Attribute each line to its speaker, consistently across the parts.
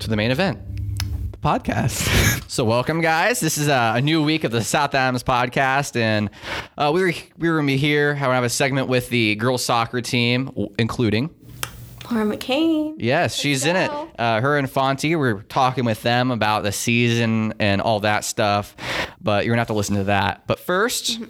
Speaker 1: to the main event.
Speaker 2: The podcast.
Speaker 1: So welcome, guys. This is a, a new week of the South Adams podcast, and uh, we were we were gonna be here. I have a segment with the girls soccer team, w- including
Speaker 3: Laura McCain.
Speaker 1: yes, she's in it.
Speaker 3: go.
Speaker 1: Uh, her and Fonty. We are talking with them about the season and all that stuff. But you're gonna have to listen to that. But first,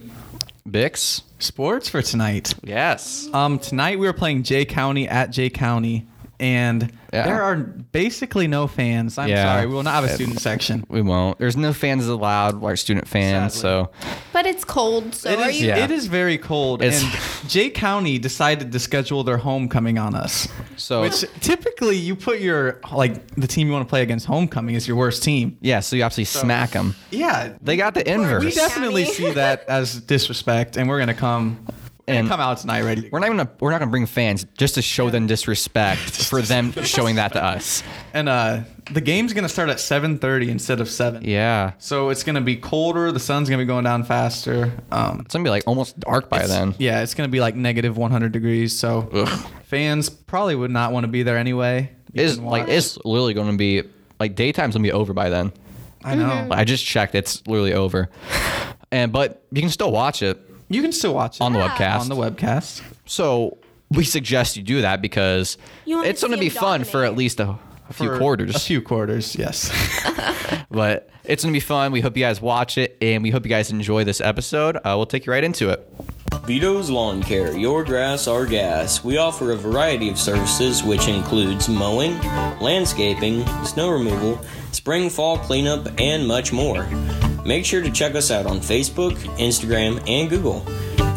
Speaker 1: Bix.
Speaker 2: Sports for tonight.
Speaker 1: Yes.
Speaker 2: Um, tonight we were playing Jay County at Jay County, and
Speaker 1: Yeah.
Speaker 2: there are basically no fans. I'm
Speaker 1: Yeah.
Speaker 2: sorry, we will not have a student section.
Speaker 1: We won't. There's no fans allowed, like student fans.
Speaker 2: Sadly.
Speaker 1: So
Speaker 3: But it's cold, so
Speaker 2: It
Speaker 3: are
Speaker 2: is,
Speaker 3: you?
Speaker 1: Yeah.
Speaker 2: it is very cold,
Speaker 1: It's-
Speaker 2: and Jay County decided to schedule their homecoming on us.
Speaker 1: so
Speaker 2: Which typically you put your like the team you want to play against homecoming is your worst team.
Speaker 1: yeah. So you absolutely smack 'em. smack them.
Speaker 2: Yeah,
Speaker 1: They got the inverse.
Speaker 2: we definitely
Speaker 3: County.
Speaker 2: see that as disrespect, and we're gonna come
Speaker 1: And-
Speaker 2: and come out tonight ready. to
Speaker 1: We're not even. We're not gonna bring fans just to show them disrespect for them showing that to us.
Speaker 2: And uh, the game's gonna start at 7:30 instead of seven.
Speaker 1: Yeah,
Speaker 2: So it's gonna be colder. The sun's gonna be going down faster. Um,
Speaker 1: it's gonna be like almost dark by then.
Speaker 2: yeah, it's gonna be like negative 100 degrees. So fans probably would not want to be there anyway. You
Speaker 1: It's
Speaker 2: can
Speaker 1: like
Speaker 2: watch.
Speaker 1: it's literally gonna be like daytime's gonna be over by then.
Speaker 2: I
Speaker 4: Mm-hmm.
Speaker 2: know.
Speaker 1: I just checked. It's literally over. And but you can still watch it
Speaker 2: You can still watch it
Speaker 1: on the
Speaker 3: Yeah.
Speaker 1: webcast.
Speaker 2: on the webcast.
Speaker 1: So we suggest you do that because
Speaker 3: You want
Speaker 1: it's
Speaker 3: to
Speaker 1: gonna
Speaker 3: see
Speaker 1: be
Speaker 3: them
Speaker 1: fun for
Speaker 3: dominate.
Speaker 1: at least a, a few
Speaker 2: For
Speaker 1: quarters.
Speaker 2: A few quarters. Yes.
Speaker 1: But it's gonna be fun. We hope you guys watch it, and we hope you guys enjoy this episode. Uh, we'll take you right into it.
Speaker 5: Vito's Lawn Care, your grass, our gas. We offer a variety of services which includes mowing, landscaping, snow removal, spring fall cleanup, and much more. Make sure to check us out on Facebook, Instagram, and Google.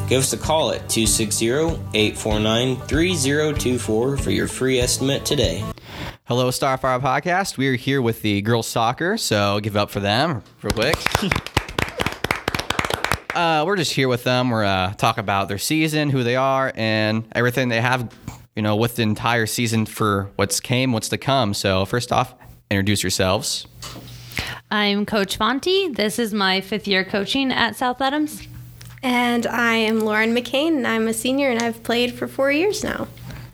Speaker 5: Give us a call at 260 849 3024 for your free estimate today.
Speaker 1: Hello, Starfire Podcast. We are here with the girls soccer, so give it up for them real quick. uh, we're just here with them. We're uh, talk about their season, who they are, and everything they have, you know, with the entire season for what's came, what's to come. So first off, introduce yourselves.
Speaker 4: I'm Coach Fonte. This is my fifth year coaching at South Adams.
Speaker 3: And I am Lauren McCain, and I'm a senior, and I've played for four years now.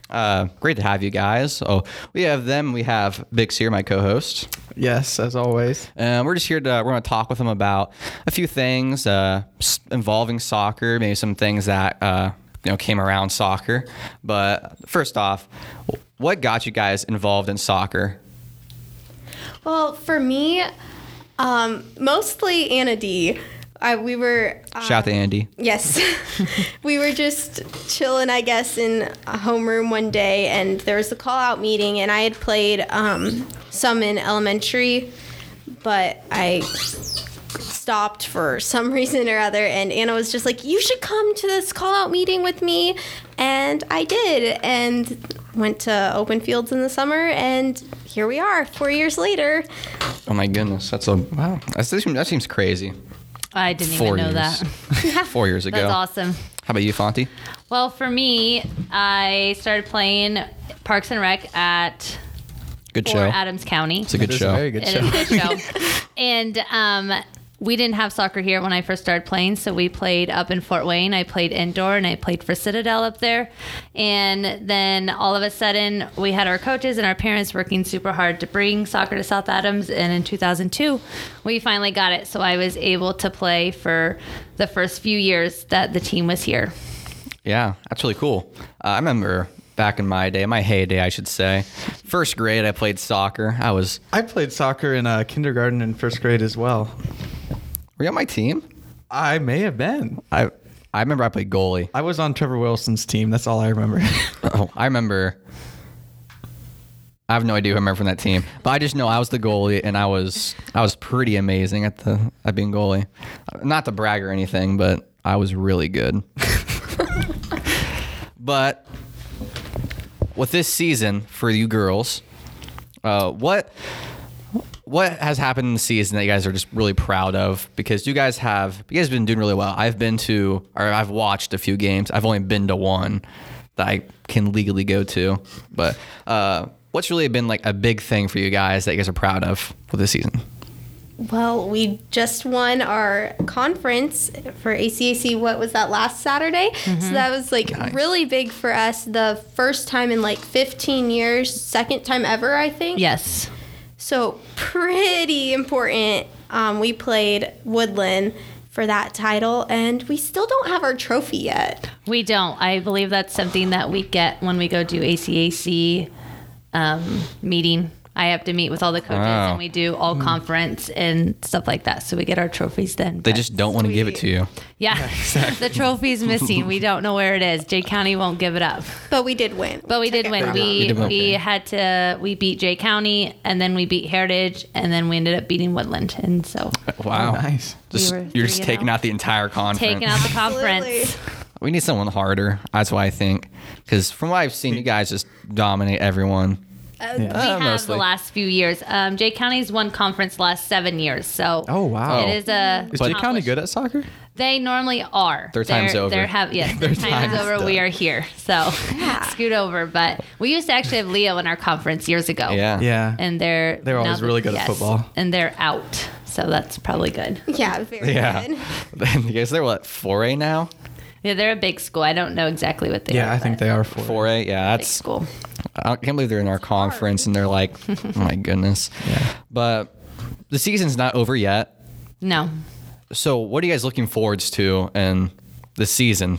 Speaker 1: Uh, great to have you guys. Oh, we have them. We have Bix here, my co-host.
Speaker 2: yes, as always.
Speaker 1: And Um, we're just here to we're going to talk with them about a few things uh, s- involving soccer, maybe some things that uh, you know came around soccer. But first off, what got you guys involved in soccer?
Speaker 3: Well, for me, um, mostly Anna D. I, we were uh,
Speaker 1: Shout out to
Speaker 4: Um,
Speaker 1: Andy.
Speaker 3: yes, we were just chilling, I guess, in a homeroom one day, and there was a call out meeting, and I had played um, some in elementary, but I stopped for some reason or other and Anna was just like you should come to this call out meeting with me and I did and went to open fields in the summer and here we are 4 years later
Speaker 1: Oh my goodness, that's a wow. That seems, that seems crazy.
Speaker 4: I didn't
Speaker 1: Four
Speaker 4: even know
Speaker 1: years.
Speaker 4: that.
Speaker 1: Four years ago.
Speaker 4: That's awesome.
Speaker 1: How about you, Fonty?
Speaker 4: Well, for me, I started playing Parks and Rec at
Speaker 1: Good
Speaker 4: for
Speaker 1: show.
Speaker 4: Adams County.
Speaker 1: it's a good
Speaker 2: It's
Speaker 1: show.
Speaker 2: a very good
Speaker 4: It
Speaker 2: show.
Speaker 4: is a good show. and um, we didn't have soccer here when I first started playing, so we played up in Fort Wayne. I played indoor and I played for Citadel up there. And then all of a sudden, we had our coaches and our parents working super hard to bring soccer to South Adams. And in 2002, we finally got it. So I was able to play for the first few years that the team was here.
Speaker 1: Yeah, that's really cool. Uh, I remember back in my day, my heyday, I should say. First grade, I played soccer. I was
Speaker 2: I played soccer in uh, kindergarten and first grade as well.
Speaker 1: were you on my team?
Speaker 2: I may have been.
Speaker 1: I I remember I played goalie.
Speaker 2: I was on Trevor Wilson's team. That's all I remember.
Speaker 1: Oh, I remember. I have no idea who I remember from that team, but I just know I was the goalie, and I was I was pretty amazing at the at being goalie. Not to brag or anything, but I was really good. but with this season for you girls, uh, what what has happened in the season that you guys are just really proud of? Because you guys have you guys have been doing really well. I've been to or I've watched a few games. I've only been to one that I can legally go to. But uh, what's really been like a big thing for you guys that you guys are proud of for this season?
Speaker 3: well we just won our conference for ACAC what was that last Saturday so that was like really big for us the first time in like 15 years second time ever I think
Speaker 4: Yes.
Speaker 3: So pretty important. Um, we played Woodland for that title, and we still don't have our trophy yet.
Speaker 4: We don't. I believe that's something that we get when we go do ACAC um, meeting. I have to meet with all the coaches
Speaker 1: Wow.
Speaker 4: and we do all conference and stuff like that. So we get our trophies then.
Speaker 1: They
Speaker 4: but-
Speaker 1: just don't want to give it to you.
Speaker 4: yeah, the trophy's missing. We don't know where it is. Jay County won't give it up,
Speaker 3: But we did win.
Speaker 4: but we did win.
Speaker 3: Technically.
Speaker 4: We
Speaker 1: did win.
Speaker 4: we had to we beat Jay County and then we beat Heritage and then we ended up beating Woodland and so
Speaker 1: Wow.
Speaker 2: Nice.
Speaker 1: Just
Speaker 4: were
Speaker 1: you're just
Speaker 4: three and
Speaker 1: taking
Speaker 4: oh.
Speaker 1: out the entire conference.
Speaker 4: taking out the conference.
Speaker 3: Absolutely.
Speaker 1: We need someone harder. That's why I think. Because from what I've seen, you guys just dominate everyone.
Speaker 2: Yeah.
Speaker 4: We
Speaker 1: Uh,
Speaker 4: have
Speaker 1: mostly.
Speaker 4: the last few years. Um, Jay County's won conference last seven years, so
Speaker 2: Oh wow.
Speaker 4: it is a.
Speaker 2: Is Jay County
Speaker 4: accomplished-
Speaker 2: good at soccer?
Speaker 4: They normally are.
Speaker 1: Their time's
Speaker 4: they're,
Speaker 1: over.
Speaker 4: They're have, yes, their, time's,
Speaker 2: time's
Speaker 4: over. We are here, so scoot over. But we used to actually have Leo in our conference years ago.
Speaker 1: Yeah.
Speaker 2: Yeah.
Speaker 4: and they're
Speaker 2: They're always
Speaker 4: now-
Speaker 2: really good at football.
Speaker 4: and they're out. So that's probably good.
Speaker 3: Yeah, very
Speaker 1: Yeah.
Speaker 3: good.
Speaker 1: you guys, they're what, 4A now?
Speaker 4: Yeah, they're a big school. I don't know exactly what they are.
Speaker 2: yeah, I think
Speaker 4: but
Speaker 2: they are four.
Speaker 1: 4A? Yeah, that's.
Speaker 4: school.
Speaker 1: I can't believe they're in our conference and they're like, oh my goodness. But the season's not over yet.
Speaker 4: No.
Speaker 1: So, what are you guys looking forwards to in the season?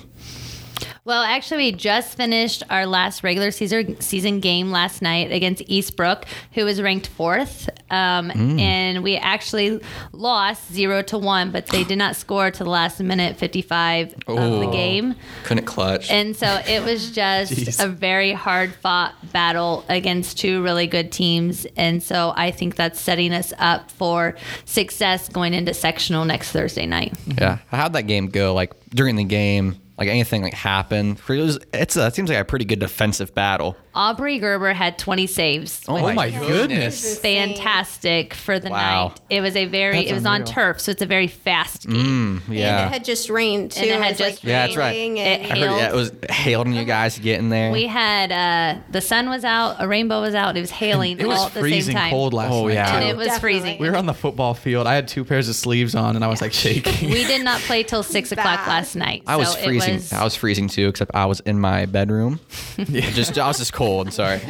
Speaker 4: Well, actually, we just finished our last regular season season game last night against Eastbrook, who was ranked fourth, um, and we actually lost zero to one. But they did not score to the last minute fifty five of the
Speaker 1: Oh.
Speaker 4: game,
Speaker 1: Couldn't clutch.
Speaker 4: and so it was just
Speaker 2: Jeez.
Speaker 4: a very hard fought battle against two really good teams. And so I think that's setting us up for success going into sectional next Thursday night.
Speaker 1: yeah. How'd that game go? Like, during the game, like anything like happened? For- it was- It's a, it seems like a pretty good defensive battle.
Speaker 4: Aubrey Gerber had twenty saves.
Speaker 2: Oh my goodness.
Speaker 4: fantastic for the
Speaker 1: Wow.
Speaker 4: night. It was a very
Speaker 2: That's
Speaker 4: it was on
Speaker 2: unreal.
Speaker 4: turf, so it's a very fast
Speaker 2: Mm-hmm.
Speaker 4: game.
Speaker 1: Yeah.
Speaker 3: And it had just rained too.
Speaker 4: And it had
Speaker 3: was, like,
Speaker 4: just
Speaker 1: Yeah, that's right.
Speaker 3: raining
Speaker 4: It
Speaker 3: and-
Speaker 1: I heard yeah,
Speaker 4: hailed.
Speaker 1: it was hailing you guys getting there.
Speaker 4: We had uh, the sun was out, a rainbow was out, it was hailing
Speaker 2: It was
Speaker 4: all at the
Speaker 2: freezing
Speaker 4: same time.
Speaker 2: cold last
Speaker 1: Oh,
Speaker 2: night.
Speaker 1: yeah.
Speaker 4: and
Speaker 2: too.
Speaker 4: it was
Speaker 3: Definitely.
Speaker 4: freezing.
Speaker 2: we were on the football field. I had two pairs of sleeves on, and I was like shaking.
Speaker 4: We did not play till six o'clock
Speaker 3: Bad.
Speaker 4: last night.
Speaker 1: I was
Speaker 4: so
Speaker 1: freezing.
Speaker 4: It was,
Speaker 1: I was freezing too, except I was in my bedroom. just I was just cold. Sorry.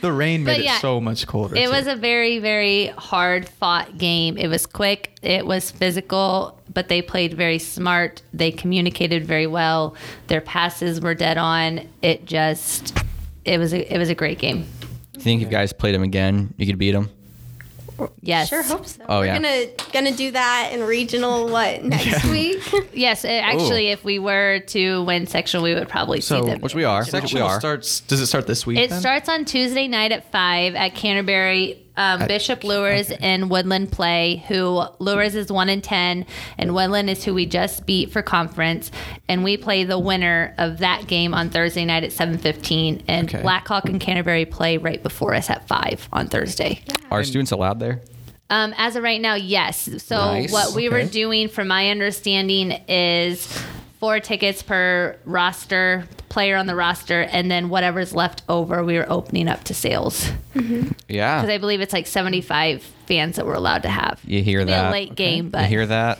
Speaker 2: the rain made
Speaker 4: But yeah,
Speaker 2: it so much colder.
Speaker 4: it
Speaker 2: too.
Speaker 4: was a very, very hard fought game. It was quick, it was physical, but they played very smart. They communicated very well. Their passes were dead on. It just it was a it was a great game.
Speaker 1: You think if you guys played him again, you could beat him?
Speaker 4: Yes.
Speaker 3: Sure hope so.
Speaker 1: Oh, yeah.
Speaker 3: We're gonna gonna do that in regional what next week?
Speaker 4: Yes, it, actually, if we were to win sectional, we would probably
Speaker 2: So,
Speaker 4: see them.
Speaker 1: Which we are. Which we
Speaker 2: sectional
Speaker 1: are.
Speaker 2: starts. Does it start this week?
Speaker 4: It
Speaker 2: then?
Speaker 4: starts on Tuesday night at five at Canterbury. Um, Bishop Lures and Woodland play. Who Lures is one and ten, and Woodland is who we just beat for conference. And we play the winner of that game on Thursday night at seven fifteen. And
Speaker 2: Okay.
Speaker 4: Blackhawk and Canterbury play right before us at five on Thursday.
Speaker 1: Are students allowed there?
Speaker 4: Um, as of right now, yes. So
Speaker 1: Nice.
Speaker 4: what we
Speaker 2: Okay.
Speaker 4: were doing, from my understanding, is four tickets per roster player on the roster, and then whatever's left over, we were opening up to sales
Speaker 1: Yeah.
Speaker 4: because I believe it's like seventy-five fans that we're allowed to have.
Speaker 1: you hear
Speaker 4: It'll be a
Speaker 1: that?
Speaker 4: late game, but
Speaker 1: you hear that?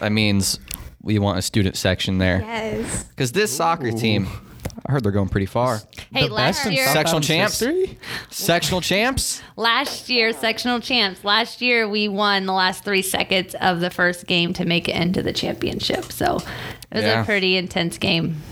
Speaker 1: that means we want a student section there
Speaker 3: Yes.
Speaker 1: because this soccer team, I heard they're going pretty far.
Speaker 4: hey,
Speaker 2: The
Speaker 4: last
Speaker 2: best in
Speaker 4: year,
Speaker 2: South
Speaker 1: Sectional
Speaker 2: Adams
Speaker 1: champs.
Speaker 2: history?
Speaker 1: Sectional champs.
Speaker 4: last year sectional champs. Last year we won the last three seconds of the first game to make it into the championship. So it was
Speaker 1: Yeah.
Speaker 4: a pretty intense game.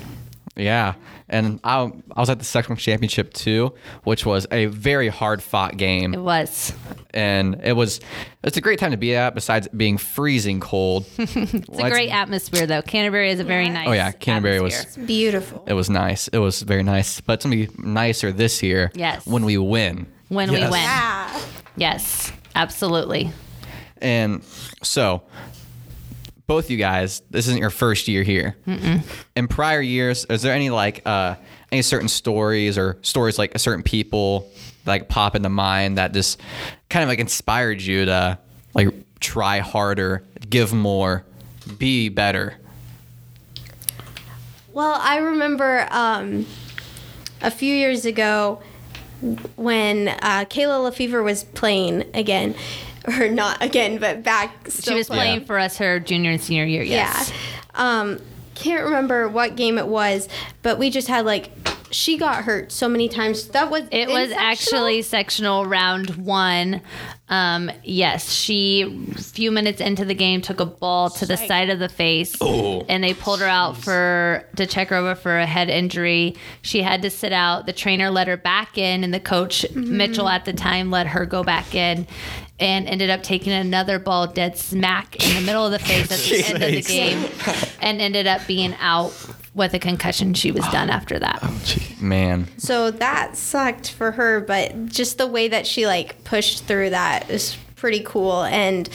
Speaker 1: Yeah. And I, I was at the sectional championship too, which was a very hard fought game.
Speaker 4: It was.
Speaker 1: and it was it's a great time to be at besides it being freezing cold
Speaker 4: It's a great atmosphere, though. Canterbury is a very nice.
Speaker 1: oh yeah canterbury was
Speaker 4: atmosphere.
Speaker 3: Beautiful.
Speaker 1: it was nice it was very nice but it's gonna be nicer this year
Speaker 4: Yes.
Speaker 1: when we win
Speaker 4: when
Speaker 2: Yes.
Speaker 4: we win.
Speaker 3: Yeah.
Speaker 4: Yes, absolutely.
Speaker 1: and so both you guys this isn't your first year here in prior years is there any like uh any certain stories or stories like a certain people like pop into mind that just kind of like inspired you to like try harder give more be better
Speaker 3: Well, I remember um, a few years ago when uh, Kayla Lefevre was playing again, or not again, but back.
Speaker 4: She was playing for us her junior and senior year. Yes.
Speaker 3: Yeah. Um, can't remember what game it was, but we just had like she got hurt so many times. That was in
Speaker 4: It was
Speaker 3: sectional?
Speaker 4: actually sectional round one. Um, yes, she a few minutes into the game took a ball to the side of the face, and they pulled her out for to check her over for a head injury. She had to sit out. The trainer let her back in, and the coach Mitchell at the time let her go back in, and ended up taking another ball dead smack in the middle of the face at the end of the game, and ended up being out with a concussion. She was done after that.
Speaker 1: Man,
Speaker 3: So that sucked for her, but just the way that she like pushed through that is pretty cool. And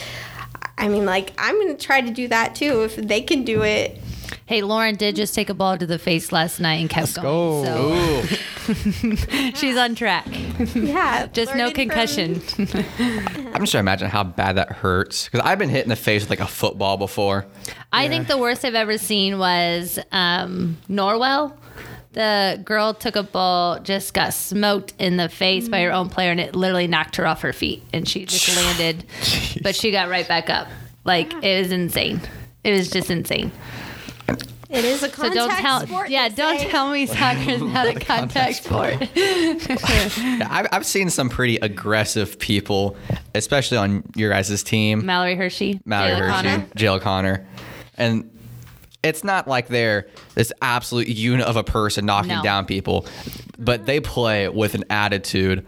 Speaker 3: I mean, like, I'm gonna try to do that too if they can do it.
Speaker 4: Hey, Lauren did just take a ball to the face last night and kept going. So she's on track.
Speaker 3: Yeah,
Speaker 4: Just no
Speaker 3: learning from-
Speaker 4: concussion.
Speaker 1: I'm just trying to imagine how bad that hurts because I've been hit in the face with like a football before.
Speaker 4: I think the worst I've ever seen was um, Norwell. The girl took a ball, just got smoked in the face by her own player, and it literally knocked her off her feet, and she just landed. But she got right back up. Like it was insane. It was just insane.
Speaker 3: it is a
Speaker 4: So
Speaker 3: contact
Speaker 4: don't tell,
Speaker 3: sport.
Speaker 4: yeah,
Speaker 3: they
Speaker 4: don't
Speaker 3: say.
Speaker 4: tell me soccer is not a contact sport.
Speaker 1: Yeah, I've, I've seen some pretty aggressive people, especially on your guys' team.
Speaker 4: Mallory Hershey,
Speaker 1: Mallory
Speaker 4: Jayla Connor.
Speaker 1: Hershey, Jill Connor. And it's not like they're this absolute unit of a person knocking
Speaker 4: No.
Speaker 1: down people, but they play with an attitude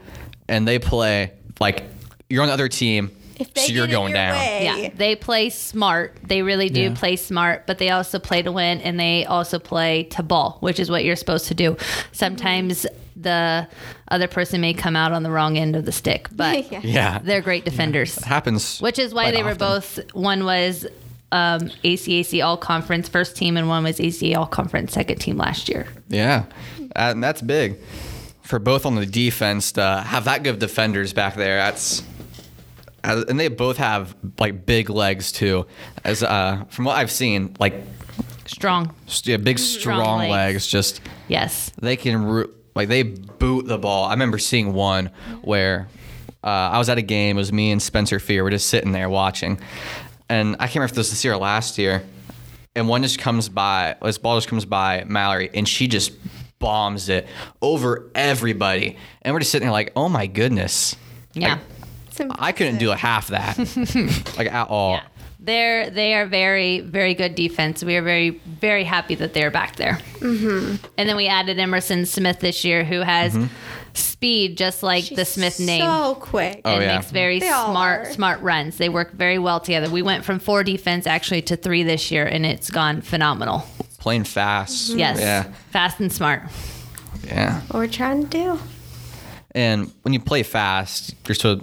Speaker 1: and they play like you're on the other team,
Speaker 3: If they
Speaker 1: so you're
Speaker 3: get in
Speaker 1: going
Speaker 3: your
Speaker 1: down.
Speaker 3: way-
Speaker 4: Yeah, they play smart. They really do
Speaker 2: Yeah.
Speaker 4: play smart, but they also play to win and they also play to ball, which is what you're supposed to do. Sometimes the other person may come out on the wrong end of the stick, but
Speaker 3: Yeah.
Speaker 1: Yeah.
Speaker 4: they're great defenders,
Speaker 1: happens.
Speaker 4: which is why
Speaker 1: quite
Speaker 4: they were
Speaker 1: often.
Speaker 4: both one was um, ACAC All Conference first team and one was ACA All Conference second team last year.
Speaker 1: Yeah. And that's big for both on the defense to have that good of defenders back there. That's uh, and they both have like big legs too. As uh, from what I've seen, like
Speaker 4: Strong.
Speaker 1: st- yeah, big strong, legs.
Speaker 4: Mm-hmm. legs.
Speaker 1: Just
Speaker 4: Yes.
Speaker 1: they can root like they boot the ball. I remember seeing one
Speaker 4: Mm-hmm.
Speaker 1: where uh, I was at a game. It was me and Spencer Fear. We're just sitting there watching, and I can't remember if this was this year or last year. And one just comes by. This ball just comes by Mallory, and she just bombs it over everybody. And we're just sitting there like, oh my goodness,
Speaker 4: Yeah.
Speaker 3: It's impressive.
Speaker 1: I couldn't do a half that, like at all.
Speaker 4: yeah. They're they are very very good defense. We are very very happy that they're back there. Mm-hmm. And then we added Emerson Smith this year, who has speed just like the
Speaker 3: She's
Speaker 4: Smith name.
Speaker 3: So quick.
Speaker 1: Mm-hmm. Oh,
Speaker 4: and
Speaker 1: yeah.
Speaker 4: makes very
Speaker 3: They all
Speaker 4: smart
Speaker 3: are.
Speaker 4: smart runs. They work very well together. We went from four defense actually to three this year, and it's gone phenomenal.
Speaker 1: Playing fast.
Speaker 3: Mm.
Speaker 4: Yes,
Speaker 1: Yeah.
Speaker 4: fast and smart.
Speaker 1: Yeah.
Speaker 3: What we're trying to do.
Speaker 1: And when you play fast, you're so,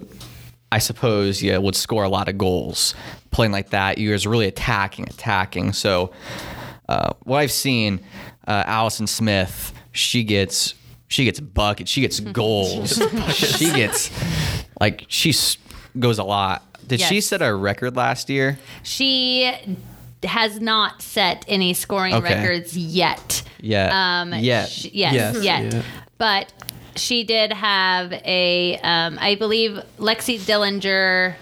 Speaker 1: I suppose, you would score a lot of goals. Playing like that, you're just really attacking, attacking. So, uh, what I've seen, uh, Allison Smith, she gets, she gets buckets, she gets goals, she gets, like she s- goes a lot. Did she
Speaker 4: Yes.
Speaker 1: set a record last year?
Speaker 4: She has not set any scoring
Speaker 1: Okay.
Speaker 4: records yet.
Speaker 1: Yeah.
Speaker 4: Um,
Speaker 1: yeah.
Speaker 4: sh- yes,
Speaker 2: Yes.
Speaker 4: yet.
Speaker 2: Yeah.
Speaker 4: But she did have a, um, I believe Lexi Dillinger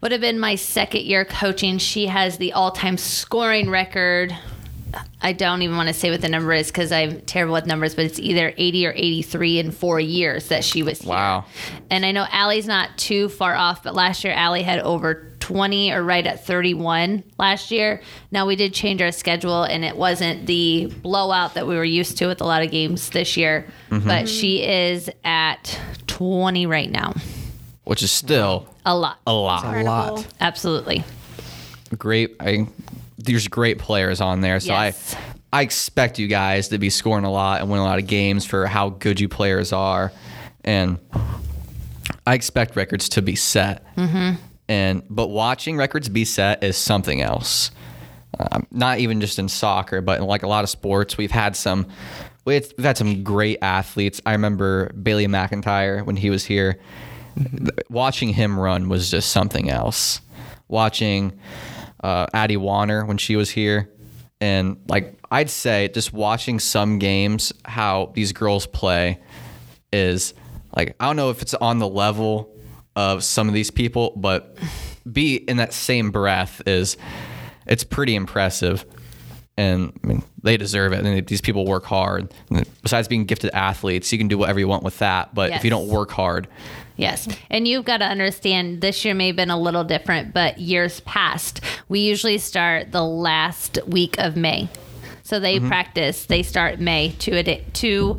Speaker 4: would have been my second year coaching. She has the all time scoring record. I don't even want to say what the number is because I'm terrible with numbers, but it's either 80 or 83 in four years that she was here.
Speaker 1: Wow.
Speaker 4: And I know Allie's not too far off, but last year Allie had over 20 or right at 31 last year. Now we did change our schedule and it wasn't the blowout that we were used to with a lot of games this year, but she is at 20 right now.
Speaker 1: Which is still
Speaker 4: A lot.
Speaker 1: a lot.
Speaker 2: A lot.
Speaker 3: Incredible.
Speaker 4: Absolutely.
Speaker 1: great. I there's great players on there, so
Speaker 4: Yes.
Speaker 1: I I expect you guys to be scoring a lot and winning a lot of games for how good you players are, and I expect records to be set. And but watching records be set is something else. Um, not even just in soccer, but in like a lot of sports, we've had some. We've we've had some great athletes. I remember Bailey McIntyre when he was here. Watching him run was just something else. Watching uh, Addie Warner when she was here, and like I'd say, just watching some games how these girls play is like I don't know if it's on the level of some of these people, but be in that same breath is it's pretty impressive. and I mean, they deserve it. And these people work hard. And besides being gifted athletes, you can do whatever you want with that. But if you don't
Speaker 4: Yes.
Speaker 1: work hard,
Speaker 4: Yes. And you've got to understand this year may have been a little different, but years past, we usually start the last week of May. So they practice, they start May, two, a day, two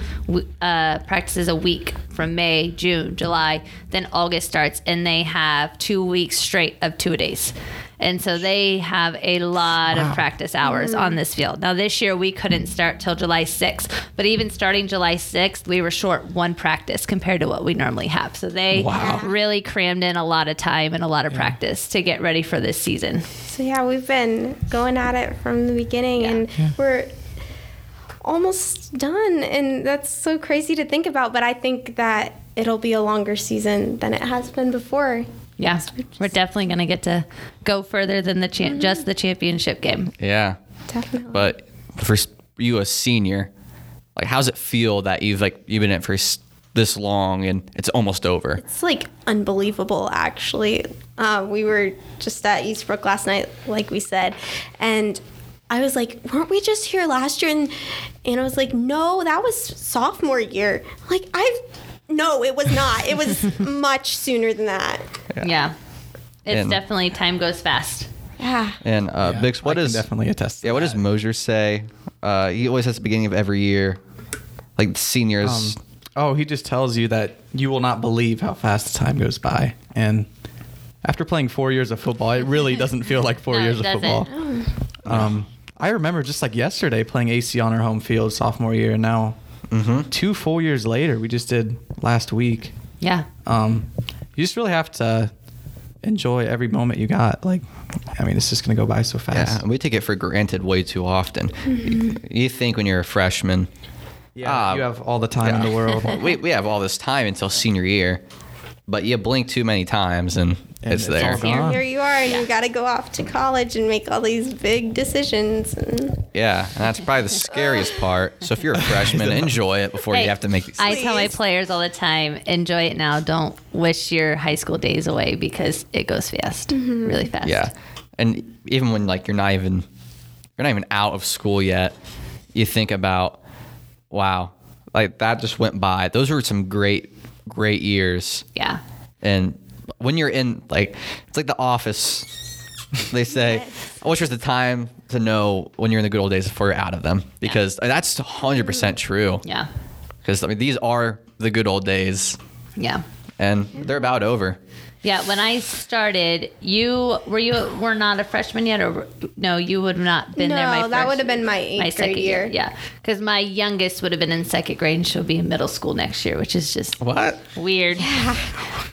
Speaker 4: uh, practices a week from May, June, July, then August starts, and they have two weeks straight of two a days. And so they have a lot of practice hours on this field. Now, this year we couldn't start till July 6th, but even starting July 6th, we were short one practice compared to what we normally have. So they really crammed in a lot of time and a lot of practice to get ready for this season.
Speaker 3: So yeah, we've been going at it from the beginning, and we're almost done. And that's so crazy to think about. But I think that it'll be a longer season than it has been before.
Speaker 4: Yeah, we're definitely going to Mm-hmm. get to go further than the cha- just the championship game.
Speaker 1: yeah.
Speaker 3: Definitely.
Speaker 1: But for s- you, a senior, like how's it feel that you've like you've been in it for s- this long and it's almost over?
Speaker 3: It's like unbelievable, actually. Uh, we were just at Eastbrook last night, like we said, and I was like, "Weren't we just here last year?" And and I was like, "No, that was sophomore year." Like I've no, it was not. It was much sooner than that.
Speaker 4: Yeah. It's
Speaker 1: And-
Speaker 4: definitely time goes fast.
Speaker 3: Yeah.
Speaker 1: And uh, Vix, what
Speaker 2: I
Speaker 1: is
Speaker 2: can definitely attest? to
Speaker 1: yeah? What does
Speaker 2: that.
Speaker 1: Mosier say? Uh, he always has the beginning of every year, like seniors.
Speaker 2: Um, oh, he just tells you that you will not believe how fast the time goes by. And after playing four years of football, it really doesn't feel like four
Speaker 4: No, it
Speaker 2: years of
Speaker 4: doesn't. Oh.
Speaker 2: football. Um, I remember just like yesterday playing AC on our home field sophomore year, and now two full years later, we just did last week.
Speaker 4: Yeah.
Speaker 2: Um, you just really have to enjoy every moment you got. Like, I mean, it's just gonna go by so
Speaker 1: yeah,
Speaker 2: fast.
Speaker 1: and we take it for granted way too often. You think when you're a freshman, Ah.
Speaker 2: you have all the time in the world.
Speaker 1: well, we, we have all this time until senior year, but you blink too many times and,
Speaker 2: And
Speaker 1: it's,
Speaker 2: it's
Speaker 1: there.
Speaker 2: all gone.
Speaker 3: Here, here you are, and you got to go off to college and make all these big decisions. And
Speaker 1: Yeah, and that's probably the scariest part. So if you're a freshman, enjoy it before
Speaker 4: Hey,
Speaker 1: you have to make these.
Speaker 4: I tell my players all the time, enjoy it now. Don't wish your high school days away because it goes fast,
Speaker 3: Mm-hmm.
Speaker 4: really fast.
Speaker 1: yeah, and even when like you're not even you're not even out of school yet, you think about wow, like that just went by. Those were some great great years.
Speaker 4: Yeah.
Speaker 1: And when you're in like it's like the office, they say, I wish there's the time to know when you're in the good old days before you're out of them because that's 100 percent true.
Speaker 4: Mm-hmm. Yeah.
Speaker 1: Because I mean these are the good old days,
Speaker 4: Yeah.
Speaker 1: and they're about over.
Speaker 4: Yeah. When I started, you were you were not a freshman yet, or no, you would have not been
Speaker 3: no,
Speaker 4: there. My
Speaker 3: that
Speaker 4: first-
Speaker 3: would have been my eighth
Speaker 4: my
Speaker 3: grade
Speaker 4: second
Speaker 3: year.
Speaker 4: year. Yeah, because my youngest would have been in second grade, and she'll be in middle school next year, which is just
Speaker 1: What?
Speaker 4: Weird.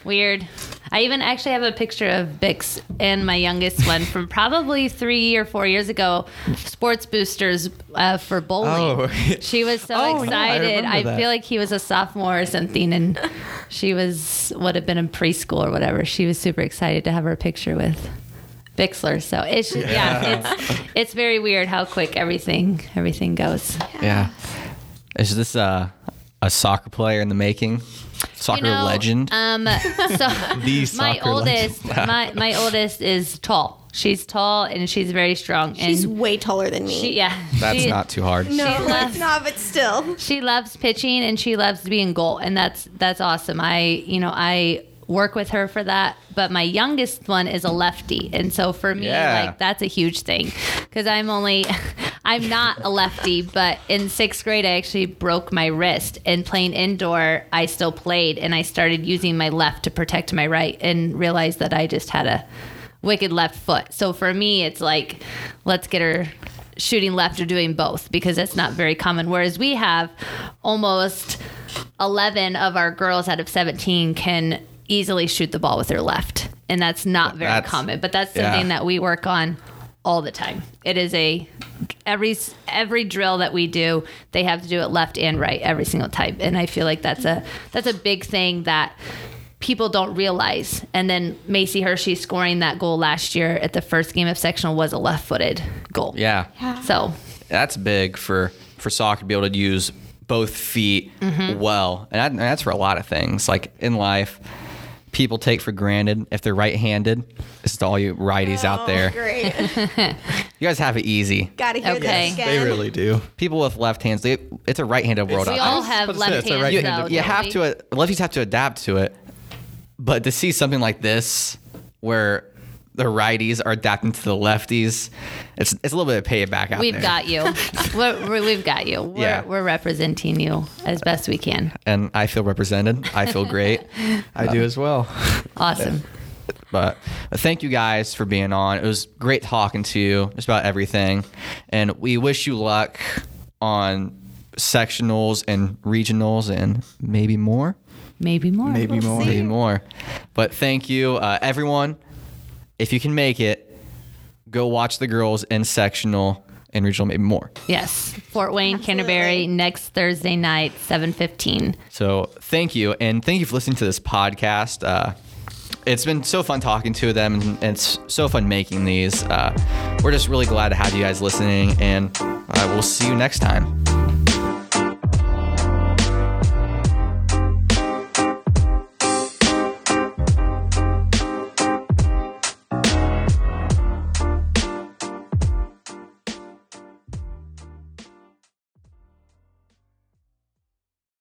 Speaker 4: Weird. I even actually have a picture of Bix and my youngest one from probably three or four years ago, sports boosters uh, for
Speaker 2: Oh.
Speaker 4: bowling. She was so
Speaker 2: Oh, yeah, I
Speaker 4: excited.
Speaker 2: remember
Speaker 4: I,
Speaker 2: that.
Speaker 4: feel like he was a sophomore or something, and she was would have been in preschool or whatever. She was super excited to have her picture with Bixler. So it's just, yeah, it's it's very weird how quick everything everything goes.
Speaker 1: Yeah. Is this a a soccer player in the making? Soccer
Speaker 4: You know,
Speaker 1: legend?
Speaker 4: Um, so my
Speaker 2: soccer
Speaker 4: oldest, my my oldest is tall. She's tall and she's very strong. And
Speaker 3: She's way taller than me.
Speaker 4: she, yeah,
Speaker 1: That's
Speaker 4: she,
Speaker 1: not too hard.
Speaker 3: no,
Speaker 4: she
Speaker 3: it's
Speaker 4: left.
Speaker 3: not, but still.
Speaker 4: She loves pitching and she loves to be in goal, and that's that's awesome. I you know I work with her for that. But my youngest one is a lefty, and so for me,
Speaker 1: Yeah.
Speaker 4: like that's a huge thing because I'm only. I'm not a lefty, but in sixth grade, I actually broke my wrist. And playing indoor, I still played, and I started using my left to protect my right, and realized that I just had a wicked left foot. So for me, it's like, let's get her shooting left or doing both because that's not very common. Whereas we have almost 11 of our girls out of 17 can easily shoot the ball with their left. And that's not very
Speaker 1: That's-
Speaker 4: common, but that's
Speaker 1: yeah.
Speaker 4: something that we work on all the time. It is a every every drill that we do, they have to do it left and right every single time. And I feel like that's a that's a big thing that people don't realize. And then Macy Hershey scoring that goal last year at the first game of sectional was a left-footed goal.
Speaker 1: Yeah.
Speaker 4: So
Speaker 1: That's big for for soccer to be able to use
Speaker 4: Mm-hmm.
Speaker 1: both feet well. And, that, and that's for a lot of things like in life. people take for granted if they're right-handed. This is to all you righties out
Speaker 4: Oh,
Speaker 1: there.
Speaker 3: Oh, Great.
Speaker 1: You guys have it easy.
Speaker 3: Gotta hear
Speaker 4: Okay.
Speaker 3: this again.
Speaker 2: They really do.
Speaker 1: People with left hands, they, it's a right-handed world
Speaker 4: We
Speaker 1: out
Speaker 4: all
Speaker 1: there.
Speaker 4: have
Speaker 2: But it's-
Speaker 4: left
Speaker 2: it's a
Speaker 4: hands,
Speaker 2: right-handed
Speaker 4: though.
Speaker 2: world.
Speaker 1: you
Speaker 4: Oh, don't
Speaker 1: have
Speaker 4: we?
Speaker 1: to lefties have to adapt to it. But to see something like this, where the righties are adapting to the lefties, it's it's a little bit of payback out
Speaker 4: We've
Speaker 1: there.
Speaker 4: got you. we're, we're, we've got you. We're,
Speaker 1: Yeah.
Speaker 4: we're representing you as best we can.
Speaker 1: and I feel represented. I feel great.
Speaker 2: I do as well.
Speaker 4: Awesome.
Speaker 1: But uh, thank you guys for being on. It was great talking to you just about everything. And we wish you luck on sectionals and regionals and maybe more.
Speaker 4: Maybe more.
Speaker 2: Maybe more.
Speaker 1: Maybe more. But thank you, uh, everyone. If you can make it, go watch the girls in sectional and regional, maybe more.
Speaker 4: Yes. Fort Wayne,
Speaker 3: Absolutely.
Speaker 4: Canterbury, next Thursday night, 7.15.
Speaker 1: So thank you, and thank you for listening to this podcast. Uh, it's been so fun talking to them, and it's so fun making these. Uh, we're just really glad to have you guys listening, and uh, we'll see you next time.